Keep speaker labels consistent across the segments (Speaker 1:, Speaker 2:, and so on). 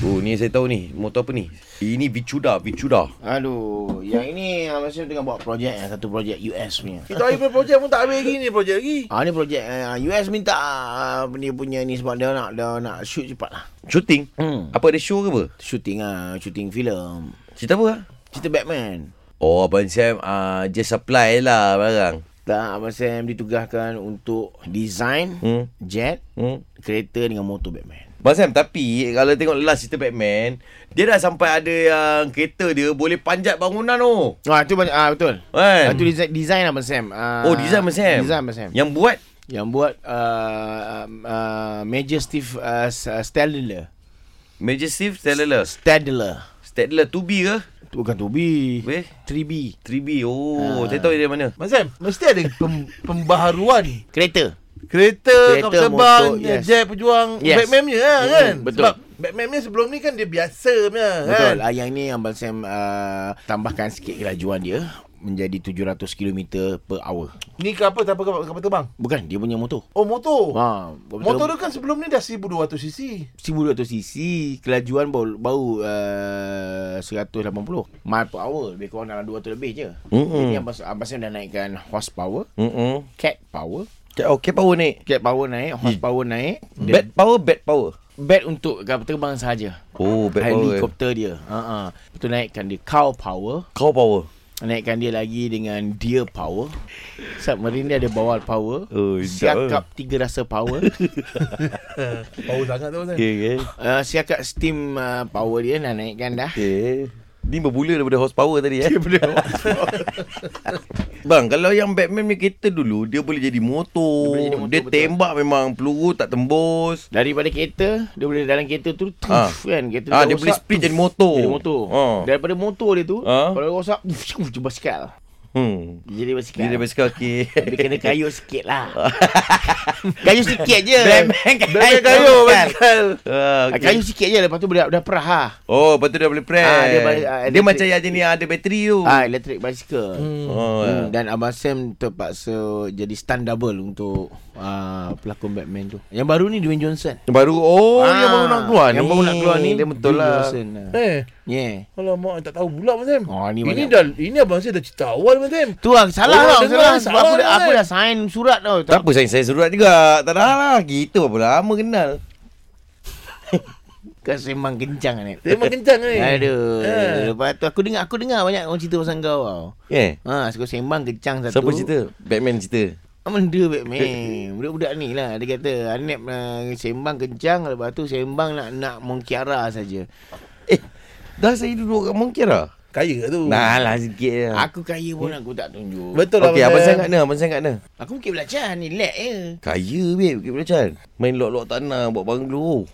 Speaker 1: Oh, ni saya tahu ni. Motor apa ni? Ini Vicuda, Vicuda.
Speaker 2: Aduh, yang ini ah, masa tengah buat projek yang satu projek US punya.
Speaker 3: Kita hari punya projek pun tak habis lagi ni projek lagi.
Speaker 2: Ah ni projek ah, US minta ah, dia punya ni sebab dia nak dia nak shoot cepat lah.
Speaker 1: Shooting?
Speaker 2: Hmm.
Speaker 1: Apa ada show ke apa?
Speaker 2: Shooting ah, shooting filem.
Speaker 1: Cerita apa? ah?
Speaker 2: Cerita Batman.
Speaker 1: Oh, Abang Sam uh, just supply lah barang.
Speaker 2: Tak, Abang Sam ditugaskan untuk design
Speaker 1: Hmm.
Speaker 2: jet,
Speaker 1: Hmm.
Speaker 2: kereta dengan motor Batman.
Speaker 1: Abang Sam, tapi kalau tengok last cerita Batman, dia dah sampai ada yang kereta dia boleh panjat bangunan tu. Oh.
Speaker 2: Ah tu banyak ah betul.
Speaker 1: Kan?
Speaker 2: Ah, tu design design Abang Sam. Ah,
Speaker 1: Oh, design Abang Sam. Ya.
Speaker 2: Design Abang Sam.
Speaker 1: Yang buat
Speaker 2: Yang buat uh, uh, Major Steve uh, Stadler.
Speaker 1: Majestic Stadler.
Speaker 2: Stadler.
Speaker 1: Stadler 2B ke?
Speaker 2: Tu bukan 2B.
Speaker 1: Weh,
Speaker 2: 3B.
Speaker 1: 3B.
Speaker 2: Ah.
Speaker 1: Oh, saya tahu dia mana.
Speaker 3: Mas Sam, mesti ada pem, pembaharuan
Speaker 2: Kereta.
Speaker 3: kereta,
Speaker 2: Kereta,
Speaker 3: kapal terbang, eh,
Speaker 2: motor, yes.
Speaker 3: jet pejuang,
Speaker 2: Yes.
Speaker 3: Batman punya lah,
Speaker 2: Mm,
Speaker 3: kan?
Speaker 2: betul.
Speaker 3: Sebab Batman punya sebelum ni kan dia biasa punya kan.
Speaker 2: Betul. Ah, yang ni Abang Sam uh, tambahkan sikit kelajuan dia menjadi 700 km per hour.
Speaker 3: Ni kapal tak apa kapal, kapal terbang.
Speaker 2: Bukan, dia punya motor.
Speaker 3: Oh motor.
Speaker 2: Ha,
Speaker 3: motor dia kan sebelum ni dah 1200 cc.
Speaker 2: 1200 cc kelajuan baru baru uh, 180 mile per hour lebih kurang dalam 200 lebih je.
Speaker 1: Mm-mm.
Speaker 2: Ini abang abang Sam dah naikkan horsepower,
Speaker 1: Hmm.
Speaker 2: cat power,
Speaker 1: Okay, power ni.
Speaker 2: cat oh, power naik, horsepower Mm. naik,
Speaker 1: Bad power, bad power.
Speaker 2: bed untuk kapal terbang sahaja.
Speaker 1: Oh, bad power.
Speaker 2: Helikopter dia. Ha ah. Uh-uh. Betul naikkan dia cow power,
Speaker 1: Cow power.
Speaker 2: naikkan dia lagi dengan deer power. Submarine dia ada bawal power.
Speaker 1: Oh,
Speaker 2: siakap tiga rasa power.
Speaker 3: Power sangat tu kan.
Speaker 1: Okay, okay.
Speaker 2: uh, siakap steam uh, power dia dah naikkan dah.
Speaker 1: Okay. Ni bermula daripada horsepower tadi eh. Daripada Bang, kalau yang Batman punya kereta dulu, dia boleh jadi motor. Dia,
Speaker 2: Dia boleh jadi motor,
Speaker 1: dia
Speaker 2: betul.
Speaker 1: tembak memang peluru tak tembus.
Speaker 2: Daripada kereta Dia boleh dalam kereta tu tuf,
Speaker 1: Ah.
Speaker 2: kan kereta
Speaker 1: Ah,
Speaker 2: dah
Speaker 1: dia
Speaker 2: rosak,
Speaker 1: boleh split
Speaker 2: tuf,
Speaker 1: jadi motor.
Speaker 2: Jadi motor
Speaker 1: Ah.
Speaker 2: Daripada motor dia tu
Speaker 1: Ah.
Speaker 2: Kalau dia rosak tuf, tuf, Dia basikal
Speaker 1: Hmm.
Speaker 2: Dia Jadi basikal
Speaker 1: Dia basikal okey.
Speaker 2: Tapi Ya. kena kayu sikit lah Kayu sikit je
Speaker 1: Batman kayu.
Speaker 2: Batman
Speaker 1: Kayu,
Speaker 2: basikal.
Speaker 1: Ah,
Speaker 2: Ah,
Speaker 1: okay.
Speaker 2: Kayu sikit je Lepas tu dah, dah perah ha.
Speaker 1: Oh, lepas tu dia boleh press.
Speaker 2: Ah,
Speaker 1: dia,
Speaker 2: dia balik- ah,
Speaker 1: dia
Speaker 2: elektrik-
Speaker 1: macam yang jenis ada bateri tu.
Speaker 2: ah, Elektrik basikal hmm.
Speaker 1: Oh,
Speaker 2: Hmm, dan Abang Sam terpaksa jadi stand double untuk uh, pelakon Batman tu. Yang baru ni Dwayne Johnson.
Speaker 1: Yang baru oh
Speaker 2: Ah,
Speaker 1: yang baru nak keluar ni.
Speaker 2: yang baru nak keluar ni,
Speaker 1: Dia betul
Speaker 2: Dwayne
Speaker 1: lah.
Speaker 2: Johnson. ah.
Speaker 3: Eh,
Speaker 2: Yeah.
Speaker 3: kalau mak tak tahu pula Mas Sam.
Speaker 2: Oh, ni
Speaker 3: ini
Speaker 2: banyak-
Speaker 3: dah ini abang saya dah cerita awal Mas Sam.
Speaker 2: Tu lah
Speaker 1: Oh,
Speaker 2: salah
Speaker 3: Orang
Speaker 2: tau
Speaker 3: dengar,
Speaker 2: salah, sebab
Speaker 3: salah
Speaker 2: aku, dah,
Speaker 3: dengar.
Speaker 2: aku dah sign surat tau.
Speaker 1: Tak apa saya saya surat juga. Tak dah lah. Kita berapa lama kenal.
Speaker 2: Kau memang kencang ni.
Speaker 3: Dia memang kencang ni.
Speaker 2: Aduh.
Speaker 1: Ha.
Speaker 3: Eh.
Speaker 2: Lepas tu aku dengar aku dengar banyak orang cerita pasal kau tau.
Speaker 1: Eh.
Speaker 2: Ha, aku sembang kencang satu.
Speaker 1: Siapa cerita? Batman cerita.
Speaker 2: Benda Batman. Budak-budak ni lah dia kata Anep uh, sembang kencang lepas tu sembang nak nak mengkiara saja.
Speaker 1: Eh. Dah saya duduk kat Mongkira.
Speaker 3: Kaya kat tu.
Speaker 1: Nah lah sikit
Speaker 3: Kan?
Speaker 1: lah.
Speaker 2: Aku kaya pun
Speaker 3: Hmm?
Speaker 2: aku tak tunjuk.
Speaker 3: Betul lah
Speaker 1: Okey, abang
Speaker 3: Abang
Speaker 1: saya kat mana? Abang saya kat mana?
Speaker 2: Aku mungkin belajar ni relax je.
Speaker 1: Kaya babe, Bukit Belacan. Main lot-lot tanah buat banglo.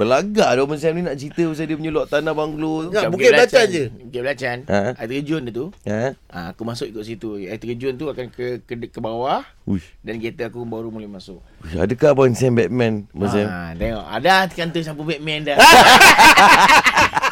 Speaker 1: Belagak dah abang Sam ni nak cerita pasal dia punya lot tanah banglo tu.
Speaker 3: Enggak, Bukit Belacan je.
Speaker 2: Bukit Belacan.
Speaker 1: Ha?
Speaker 2: Ha? Air terjun dia tu.
Speaker 1: Ha?
Speaker 2: Ha, aku masuk ikut situ. Air terjun tu akan ke ke, ke bawah
Speaker 1: Uish.
Speaker 2: dan kereta aku baru boleh masuk.
Speaker 1: Uish, adakah Ah, abang Sam Batman? Abang Sam.
Speaker 2: Ha, tengok. Ada hati kanta siapa Batman dah.